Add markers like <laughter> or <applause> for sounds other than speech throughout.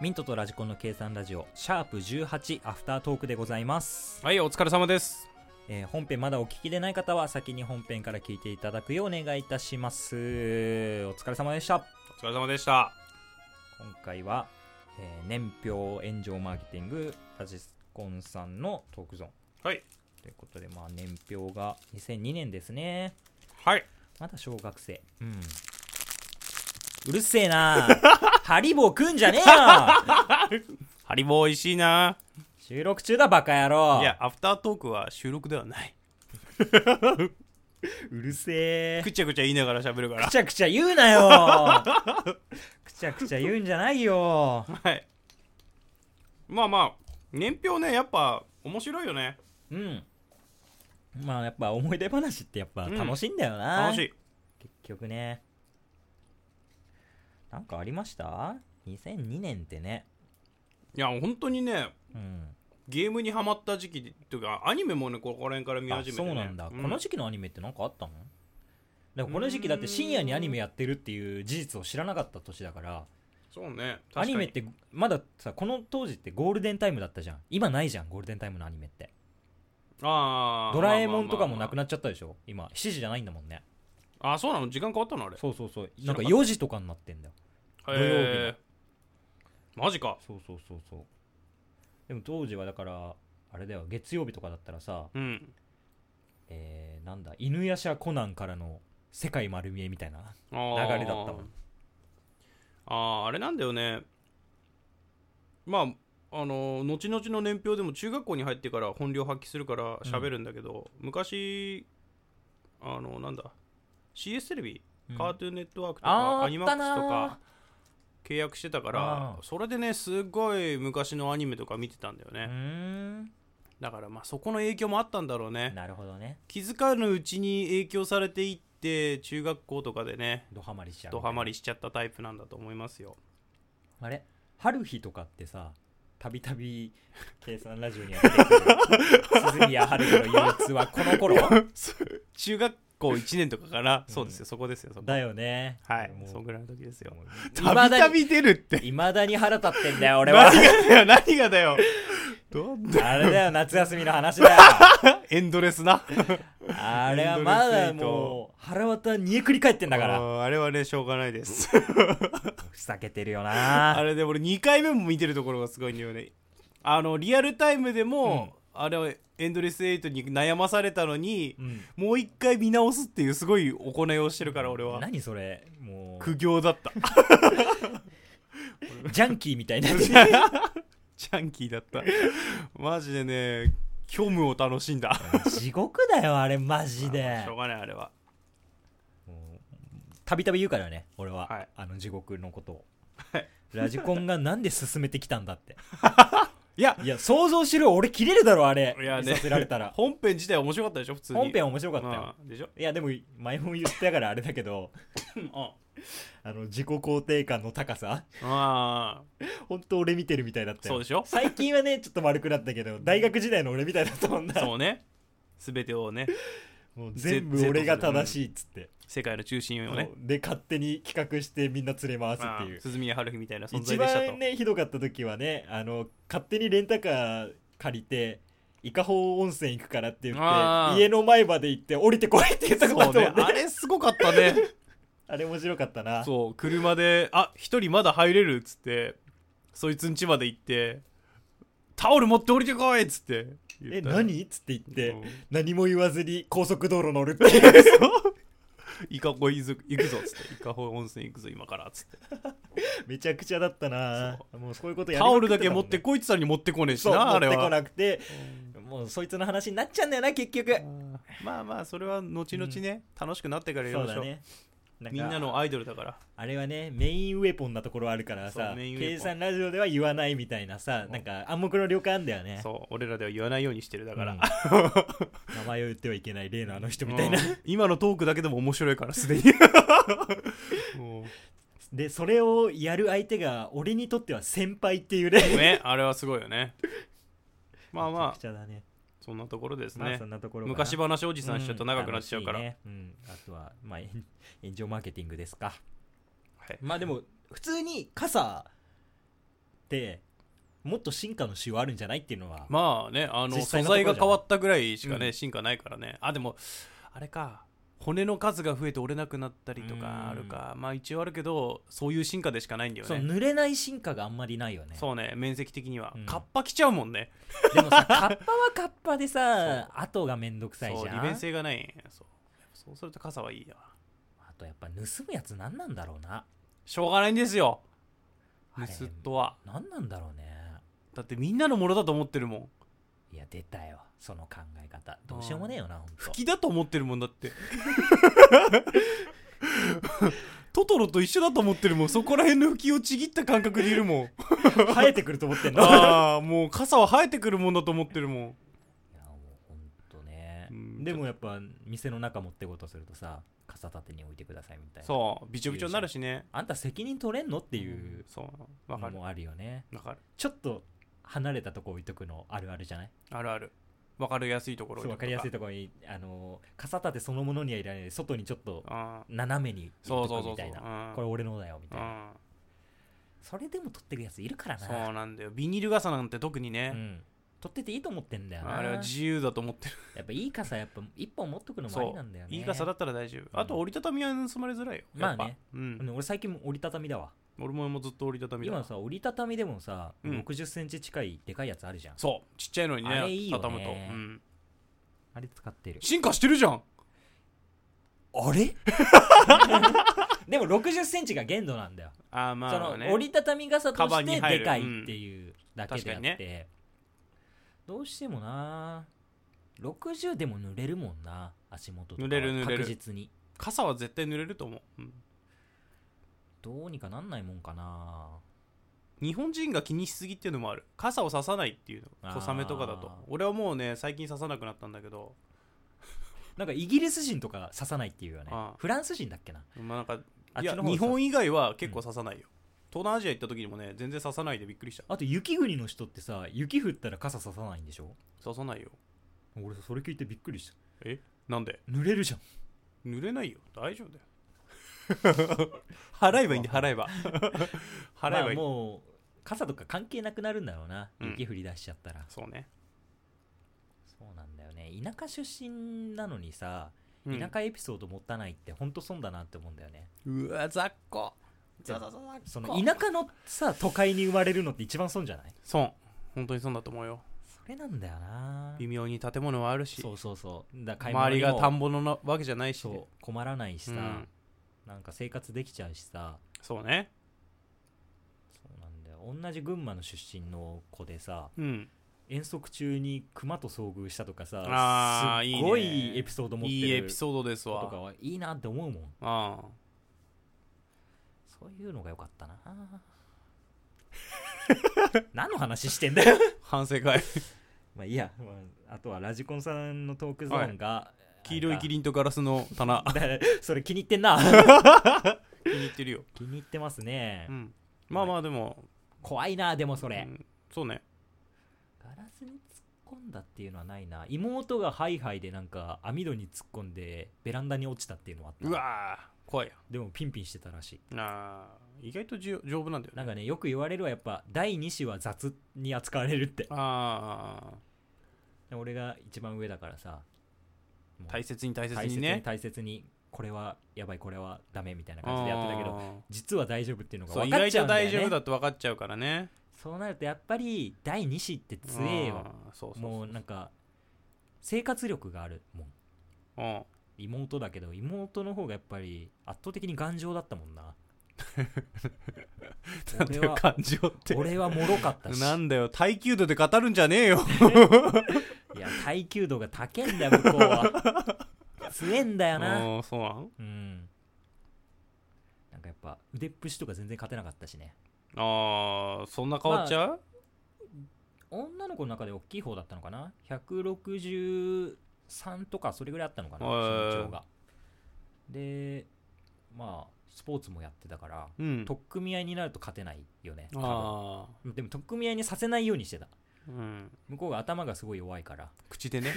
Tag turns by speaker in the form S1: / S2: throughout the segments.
S1: ミントとラジコンの計算ラジオシャープ18アフタートークでございます、
S2: はいお疲れ様です
S1: えー本編まだお聞きでない方は先に本編から聞いていただくようお願いいたしますお疲れ様でした
S2: お疲れ様でした
S1: 今回は、えー年表炎上マーケティングラジコンさんのトークゾーン
S2: はい
S1: ということで、まあ、年表が2002年ですね
S2: はい
S1: まだ小学生うんうるせえ
S2: <laughs>
S1: なハリボー食うんじゃねえよ
S2: ハリボー美味しいな
S1: 収録中だバカ野郎
S2: いやアフタートークは収録ではないう
S1: るせえ
S2: くちゃくちゃ言いながら喋るか
S1: く <laughs>
S2: ら
S1: ちゃくちゃ言うなよ
S2: <laughs>
S1: くちゃくちゃ言うんじゃないよ
S2: はいまあまあ年表ねやっぱ面白いよね
S1: うんまあやっぱ思い出話ってやっぱ楽しいんだよな、
S2: 楽しい
S1: 結局ねなんかありました2002年ってね
S2: いや本当にね
S1: うん
S2: ゲームにハマった時期というかアニメもねここら辺から見
S1: あ
S2: 始めて、
S1: そ
S2: ね、
S1: うなんだ、
S2: うん
S1: この時期のアニメってなんかあったのでもこの時期だって深夜にアニメやってるっていう事実を知らなかった年だから
S2: そうね確か
S1: ア
S2: に
S1: ニメってまださこの当時ってゴールデンタイムだったじゃん今ないじゃんゴールデンタイムのアニメって
S2: あー
S1: ドラえもんとかもなく
S2: ま
S1: な
S2: あまあまあま
S1: っちゃったでしょ今7時じゃないんだもんね
S2: ああそうなの時間変わったのあれ
S1: そうそうそう
S2: 知
S1: なん
S2: ら
S1: か
S2: なかった
S1: 4時とかになってんだよ
S2: へえマジか
S1: そうそうそうそうでも当時はだからあれだよ月曜日とかだったらさ
S2: うん
S1: えー、なんだ犬夜叉コナンからの世界丸見えみたいな
S2: 流
S1: 流れだったもん
S2: あーあれなんだよねまああの後々の年表でも中学校に入ってから本領発揮するから喋るんだけど、昔あのなんだ CS テレビ、カートゥーンネットワークと
S1: あー
S2: かアニマックスと
S1: あったな
S2: か契約してたから
S1: うん
S2: それでねすごい昔のアニメとか見てたんだよ
S1: <laughs> う
S2: ね、
S1: ーん
S2: だからまあそこの影響もあったんだろうね
S1: なるほどね
S2: 気づかぬうちに影響されていって中学校とかでね
S1: ドハマりしちゃう
S2: ドハマりしちゃったタイプなんだと思いますよ
S1: あれ春日とかってさたびたび計算ラジオにやってくる鈴宮春日の憂鬱はこの <laughs> 頃
S2: 中学校1年とかから、
S1: うん
S2: そうですよそこですよそこ
S1: だよね
S2: はい
S1: もう
S2: そんぐらいの時ですよ
S1: もう
S2: たびた
S1: 未
S2: び出るって
S1: いまだに腹立ってんだ
S2: <laughs>
S1: よ俺
S2: 何が
S1: は
S2: だよ何がだよどんな
S1: あれだ
S2: <laughs>
S1: よ夏休みの話だよ
S2: エンドレスな
S1: あれはまだもう腹渡煮えくり返ってんだからも
S2: あーあれはねしょうがないです
S1: うふざけてるよ
S2: あ
S1: な
S2: れで俺2回目も見てるところがすごいんだよねあのリアルタイムでも、あれはエンドレス8に悩まされたのに
S1: う、ん
S2: もう一回見直すっていうすごい行いをしてるから俺は
S1: 何それもう
S2: 苦行だった
S1: ジャンキーみたい
S2: <laughs>
S1: な
S2: ジャンキーだったマジでね虚無を楽しんだ
S1: 地獄だよあれマジで
S2: しょうがないあれは
S1: もうたびたび言うからね俺は、
S2: はい
S1: あの地獄のことを、ラジコンがなんで進めてきたんだって
S2: いや
S1: いや想像しろ俺切れるだろあれ
S2: いやね
S1: させられたら
S2: 本編自体面白かったでし <laughs> ょ普通に
S1: 本編面白かったよ、
S2: うんでしょ
S1: いやでも前も言ったからあれだけどあの自己肯定感の高さ <laughs>
S2: あ
S1: 本当俺見てるみたいだっ
S2: あ
S1: たよ
S2: そうでしょ
S1: 最近はねちょっと丸くなったけど大学時代の俺みたいだったもんな
S2: そうね全てをね
S1: もう全部俺が正しいっつって、
S2: 世界の中心をね
S1: そうで勝手に企画してみんな連れ回す
S2: ま
S1: っ
S2: あ
S1: ていう
S2: 鈴宮春日みたいな存
S1: 一
S2: 在でしたと
S1: 番ねひどかった時はねあの勝手にレンタカー借りて伊香保温泉行くからって言っ
S2: あ
S1: て
S2: ー
S1: 家の前まで行って降りてこいって言ったことあ
S2: そ
S1: っ
S2: う
S1: たも
S2: ね
S1: んね
S2: あれすごかっ
S1: <laughs>
S2: たね
S1: あれ面白かったな
S2: そう車であ一人まだ入れるっつってそいつん家まで行ってタオル持って降りてこいっつって言
S1: え
S2: ったら
S1: 何っつって言って、
S2: うん
S1: 何も言わずに高速道路乗るって
S2: <laughs>
S1: いう
S2: イカホ行くぞ行くぞっつってイカホ温泉行くぞ今からっつって
S1: めちゃくちゃだったなもうそういうことやり
S2: タ
S1: ま
S2: オ
S1: く
S2: ル
S1: た
S2: だけ持
S1: もんね
S2: ってこいってたのに持ってこねえし
S1: そう
S2: な
S1: 持
S2: あ
S1: って
S2: れ
S1: こ
S2: は
S1: なくてもうそいつの話になっちゃうんだよな結局
S2: うんまあまあそれは後々ね、楽しくなってからやり
S1: そう
S2: まし
S1: だ
S2: ょう
S1: ねなか
S2: みんなのアイドルだから
S1: あれはねメインウェポンなところあるから
S2: そ
S1: さ
S2: うメインウェポン
S1: 計算ラジオでは言わないみたいなさ
S2: うん
S1: なんか暗黙の旅館だよね
S2: そう俺らでは言わないようにしてるだから、
S1: うん名前を言ってはいけない例のあの人みたいな、
S2: うん今のトークだけでも面白いからすでにもう
S1: <laughs> でそれをやる相手が俺にとっては先輩っていうね
S2: ねあれはすごいよね <laughs> まあ
S1: めちゃ
S2: ま
S1: く
S2: あ
S1: ちゃだね
S2: そんなところですね、
S1: まあそんなところかな
S2: 昔話おじさんしちゃうと長くなっちゃうから、
S1: ん楽しいねうん、あとは、まあ、 <laughs> 炎炎上マーケティングですか
S2: はい
S1: まあでも普通に傘ってもっと進化のしようあるんじゃないっていうのは、
S2: まあねあの
S1: 実際の
S2: 素
S1: ところ
S2: 材
S1: じゃ
S2: が
S1: ん
S2: 変わったぐらいしかね、
S1: うん
S2: 進化ないからねあでもあれか骨の数が増えて折れなくなったりとかあるか、まあ一応あるけどそういう進化でしかないんだよ
S1: そう
S2: ね
S1: 濡れない進化があんまりないよね
S2: そうね面積的には、
S1: うん
S2: カッパ来ちゃうもんね
S1: でもさ <laughs> カッパはカッパでさ後がめんどくさい
S2: そう
S1: じ
S2: 利
S1: ゃん
S2: 便性がないそうそうすると傘はいいや
S1: あとやっぱ盗むやつ何なんだろうな
S2: しょうがないんですよ
S1: あれ
S2: 盗っ人は
S1: 何なんだろうね
S2: だってみんなのものだと思ってるもん
S1: いや出たよその考え方どうしようもねえよなほんと
S2: 吹きだと思ってるもんだって
S1: <laughs>
S2: トトロと一緒だと思ってるもんそこら辺の吹きをちぎった感覚でいるもん
S1: 生えてくると思って
S2: <laughs>
S1: んのいや
S2: ああもう傘は生えてくるもんだと思ってる
S1: <laughs>
S2: もん
S1: もうほんとね
S2: うん
S1: でもやっぱ店の中持ってこうとするとさ傘立てに置いてくださいみたいな
S2: そうびちょびちょになるしね
S1: あんた責任取れんのっていう
S2: そうわ
S1: の
S2: かる
S1: もあるよね
S2: わかる
S1: ちょっと離れたとこ置いとくのあるあるじゃない
S2: あるあるわかりやすいところ
S1: そう分かりやすい
S2: と
S1: ところにあの傘立てそのものにはいらないで外にちょっと
S2: かああ
S1: 斜めに置
S2: そ
S1: いう
S2: そ
S1: と
S2: う
S1: く
S2: そう
S1: み
S2: そ
S1: た
S2: う
S1: いうなんこれ俺のだよみたいな
S2: うん
S1: それでも取ってるやついるからな
S2: そうなんだよビニール傘なんて特に
S1: う
S2: ね
S1: ん取ってていいと思ってんだよな
S2: あれは自由だと思ってる
S1: やっぱいい傘やっぱ一本持っとくのもあ
S2: そ
S1: り
S2: う
S1: なんだよね
S2: いい傘だったら大丈夫あと折りたたみは盗まれづらいよやっ
S1: まあ
S2: ぱ
S1: ね
S2: うん
S1: うん俺最近も折りたたみだわ
S2: 俺ももうずっと折りたたみだ
S1: 今さ折りたたみでもさ
S2: うん
S1: 6 0ンチ近いでかいやつあるじゃん
S2: そうちっちゃいのにね
S1: あれいいよね
S2: 畳むと、うん
S1: あれ使ってる
S2: 進化してるじゃん
S1: あ
S2: <laughs>
S1: れでも6 0ンチが限度なんだよ
S2: あーまあ
S1: そ
S2: まあ
S1: の
S2: ね
S1: 折りたたみ傘と
S2: カバ
S1: し
S2: ンに
S1: て
S2: 入る
S1: でかいっていうだけであっ
S2: うん確かに
S1: てどうしてもな60でも濡れるもんな足元とかは
S2: 濡れる濡れる
S1: 確実に
S2: 傘は絶対濡れると思う、うん
S1: どうにかなんないもんかな
S2: 日本人が気にしすぎっていうのもある傘をささないっていうの小雨とかだと
S1: あー
S2: 俺はもうね最近ささなくなったんだけど
S1: なんかイギリス人とか刺さないっていうよね
S2: ああ
S1: フランス人だっけな
S2: まあなんか
S1: あっ
S2: い
S1: ち
S2: や
S1: の方
S2: 日
S1: さ
S2: 本以外は結構ささないよ、東南アジア行った時にもね全然ささないでびっくりした
S1: あと雪国の人ってさ雪降ったら傘刺さないんでしょ
S2: ささないよ
S1: 俺それ聞いてびっくりした
S2: なんで
S1: 濡れるじゃん
S2: 濡れないよ大丈夫だよ
S1: <laughs>
S2: 払えばいいんで払えば払えばいい、
S1: まあもう傘とか関係なくなるんだろうな
S2: うん
S1: 雪降り出しちゃったら、
S2: そうね、
S1: そうなんだよね田舎出身なのにさ
S2: うん
S1: 田舎エピソード持たないってほんと損だなって思うんだよね、
S2: うわ雑魚
S1: ザザ
S2: ザ
S1: その田舎のさ都会に生まれるのって一番損じゃない
S2: 損本当に損だと思うよ
S1: それなんだよな
S2: 微妙に建物はあるし
S1: そうそうそうだから
S2: 周りが田
S1: ぼ
S2: んぼのなわけじゃないしね
S1: そう困らないしさ、
S2: うん
S1: なんか生活できちゃうしさ
S2: そうね
S1: そうなんだよ同じ群馬の出身の子でさ
S2: うん
S1: 遠足中に熊と遭遇したとかさ
S2: あー
S1: すっご
S2: いいね
S1: いエピソード持ってる
S2: いいエピソードです
S1: 子とか
S2: わ
S1: はいいなって思うもん
S2: ああ
S1: そういうのが良かった <laughs> な何の話してんだよ
S2: 反省
S1: <laughs>
S2: 会
S1: まあいいや、まあ、あとはラジコンさんのトークゾーンが、
S2: 黄色いキ
S1: リ
S2: リンとガラスの棚
S1: <laughs> それ気に入ってんな
S2: 気に入ってるよ、
S1: 気に入ってますね、
S2: うん、まあまあでも、
S1: 怖いなでもそれ、
S2: うんそうね
S1: ガラスに突っ込んだっていうのはないな妹がハイハイでなんか網戸に突っ込んでベランダに落ちたっていうのはあった
S2: うわー怖いや
S1: でもピンピンしてたらしい
S2: あー意外とじゅ丈夫なんだよ
S1: なん
S2: ね
S1: かねよく言われるはやっぱ第2子は雑に扱われるって
S2: あ
S1: で俺が一番上だからさもう
S2: あ大切に大切
S1: 大切
S2: に
S1: に
S2: ね
S1: 大切にこれはやばいこれはダメみたいな感じでやってたけど
S2: あー
S1: 実は大丈夫っていうのが
S2: そ
S1: 分
S2: う意
S1: かっ
S2: 外
S1: ちゃう
S2: と
S1: んだ
S2: 大
S1: よ
S2: 丈夫だ
S1: ね
S2: って分かっちゃうからね
S1: そうなるとやっぱり第2子って強えよ
S2: うんそうそうそう
S1: もうなんか生活力があるもん
S2: うん
S1: 妹だけど妹の方がやっぱり圧倒的に頑丈だったもんな
S2: なんだ
S1: 俺
S2: よ
S1: は
S2: 感情って
S1: 俺は脆かったし
S2: なんだよ耐久度で語るんじゃねえよ
S1: いや耐久度が高えんだよ向こうは強えんだよな
S2: うんそうなん
S1: うんなんかやっぱ腕っぷしとか全然勝てなかったしね
S2: あーそんな変わっちゃう、
S1: 女の子の中で大きい方だったのかな163とかそれぐらいあったのかな
S2: へー
S1: 身長がでまあスポーツもやってたから
S2: うん
S1: 取っ組み合いになると勝てないよね多分
S2: ああ
S1: でも取っ組み合いにさせないようにしてた
S2: うん
S1: 向こうが頭がすごい弱いから
S2: 口でね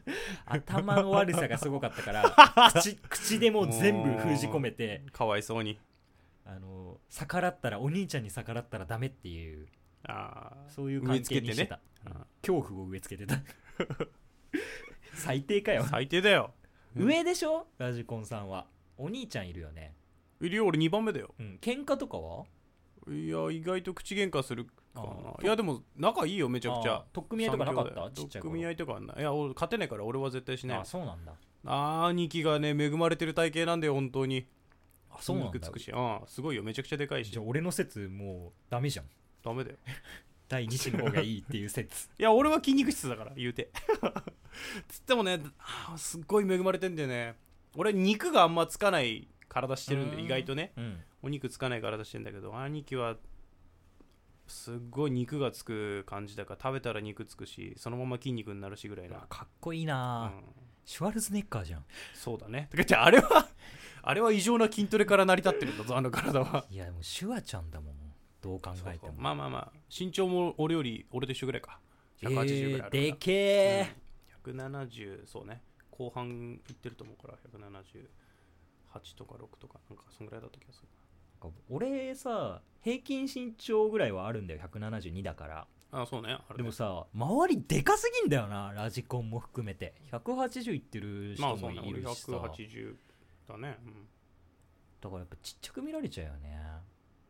S2: <laughs>
S1: 頭の悪さがすごかったから <laughs> 口口でもう全部封じ込めて
S2: かわいそうに
S1: あの逆らったらお兄ちゃんに逆らったらダメっていう
S2: ああ
S1: そういう
S2: 植え
S1: 関
S2: 付
S1: 係
S2: け
S1: に
S2: てね
S1: してた、うん
S2: あ
S1: 恐怖を植え付けてた <laughs> 最低かよ
S2: 最低だようん
S1: 上でしょラジコンさんはお兄ちゃんいるよね
S2: いるよ俺2番目だよ
S1: うん喧嘩とかはい
S2: や意外と口喧嘩するかな
S1: あー
S2: いやでも仲いいよめちゃくちゃ
S1: 取っ組み合いとかなかったち
S2: 三兄弟
S1: っちゃい
S2: 取っ組み合
S1: 頃
S2: いとかはないいや俺勝てないから俺は絶対しない
S1: あそうなんだ
S2: あー兄貴がね恵まれてる体型なんで本当に
S1: あそ
S2: 筋
S1: うなん
S2: 肉
S1: だ
S2: つくしあすごいよめちゃくちゃでかいし
S1: じゃあ俺の説もうダメじゃん
S2: ダメだよ
S1: 第二子の方がいいっていう
S2: <laughs>
S1: 説
S2: いや俺は筋肉質だから言うて <laughs> つってもねあーすっごい恵まれてんだよね俺肉があんまつかない体してるん
S1: う
S2: で
S1: ん
S2: 意外とね
S1: うん
S2: お肉つかない体してんだけど兄貴はすっごい肉がつく感じだから食べたら肉つくしそのまま筋肉になるしぐらいう
S1: わ
S2: な、
S1: かっこいいうな、
S2: ん
S1: シュワルツネッカーじゃん
S2: そうだねて <laughs> かじゃああれはあれは異常な筋トレから成り立ってるんだぞあの体はい
S1: やでもシュワちゃんだもんどう考えても
S2: まあまあまあ身長も俺より俺と一緒ぐらいか180ぐらいあるから、
S1: えーでけえ、
S2: うん170そうね後半いってると思うから178とか6とかなんかそんぐらいだった気がする
S1: なんか俺さ平均身長ぐらいはあるんだよ172だから
S2: あそうねあれね
S1: でもさ周りでかすぎんだよなラジコンも含めて180いってる
S2: まあ
S1: 人
S2: そ
S1: も
S2: うね
S1: い
S2: 俺
S1: るしさ、
S2: 180だね、うん
S1: だからやっぱちっちゃく見られちゃうよね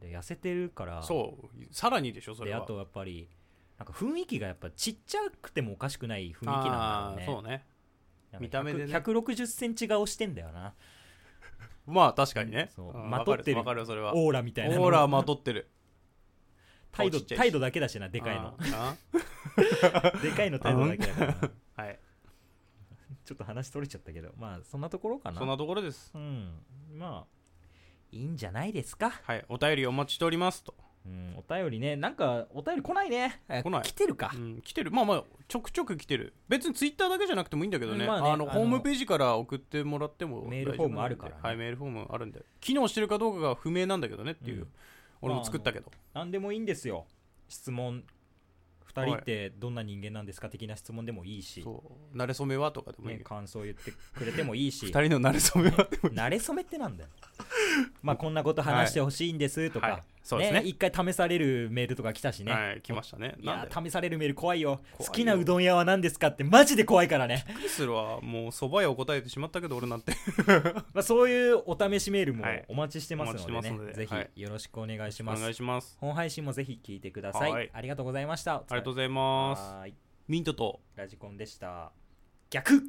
S1: で痩せてるから
S2: そうさらにでしょそれ
S1: で
S2: は
S1: あとやっぱりなんか雰囲気がやっぱちっちゃくてもおかしくない雰囲気なん
S2: あ
S1: だ
S2: ー
S1: よね
S2: そうね
S1: なんか
S2: 見た目でね
S1: 100 160センチ顔してんだよな
S2: まあ確かにね
S1: そう
S2: うん
S1: まとってる
S2: わかるわかるそれは
S1: オーラみたいなの
S2: オーラまとってる
S1: 態度
S2: 顔ちっちゃいし
S1: 態度だけだしなでかい
S2: あ
S1: の
S2: ーあ
S1: でかいの態度だけだからな
S2: ーはい
S1: ちょっと話取れちゃったけどまあそんなところかな
S2: そんなところです
S1: うんまあいいんじゃないですか、
S2: はいお便りお待ちしておりますと、
S1: うん、お便りねなんかお便り来ないねえ
S2: 来ない
S1: 来てるか、
S2: うん、来てるまあまあちょくちょく来てる別にツイッターだけじゃなくてもいいんだけど
S1: う
S2: ね,、
S1: んまあね
S2: あの
S1: あの
S2: ホームページから送ってもらっても
S1: メール
S2: 大
S1: フ
S2: 丈夫
S1: ォームあるからね
S2: なんではいメールフォームあるんで機能してるかどうかが不明なんだけどねっていう、
S1: うん
S2: 俺も作ったけど、
S1: 何でもいいんですよ質問2人ってどんな人間なんですか的な質問でもいいし、
S2: そう慣れ初めはとかでもいい
S1: ね、
S2: けど、
S1: 感想言ってくれてもいいし
S2: <laughs> 二人の慣れ初めはでもいい
S1: 慣れ初めってなんだよまあこんなこと話してほしいんですとか、
S2: はいそうですね
S1: 一回試されるメールとか来たしね、
S2: はい来ましたね
S1: い
S2: なん
S1: や試
S2: で
S1: されるメール怖いよ
S2: 怖いよ
S1: 好きなうどん屋は何ですかってマジで怖いからね、
S2: びっくりするわもうそば屋を答えてしまったけど俺なんて
S1: まあ、そういうお試しメールも
S2: はい
S1: お待ちしてます
S2: お
S1: ので
S2: 待ちし
S1: ね、
S2: てますの
S1: ぜ
S2: ではい
S1: ひよろしくお願いし
S2: お
S1: ます、
S2: 願いします
S1: 本配信もぜひ聞いてください、
S2: はい
S1: ありがとうございましたあ
S2: ありがとうございます
S1: はい
S2: ミントと
S1: ラジコンでした逆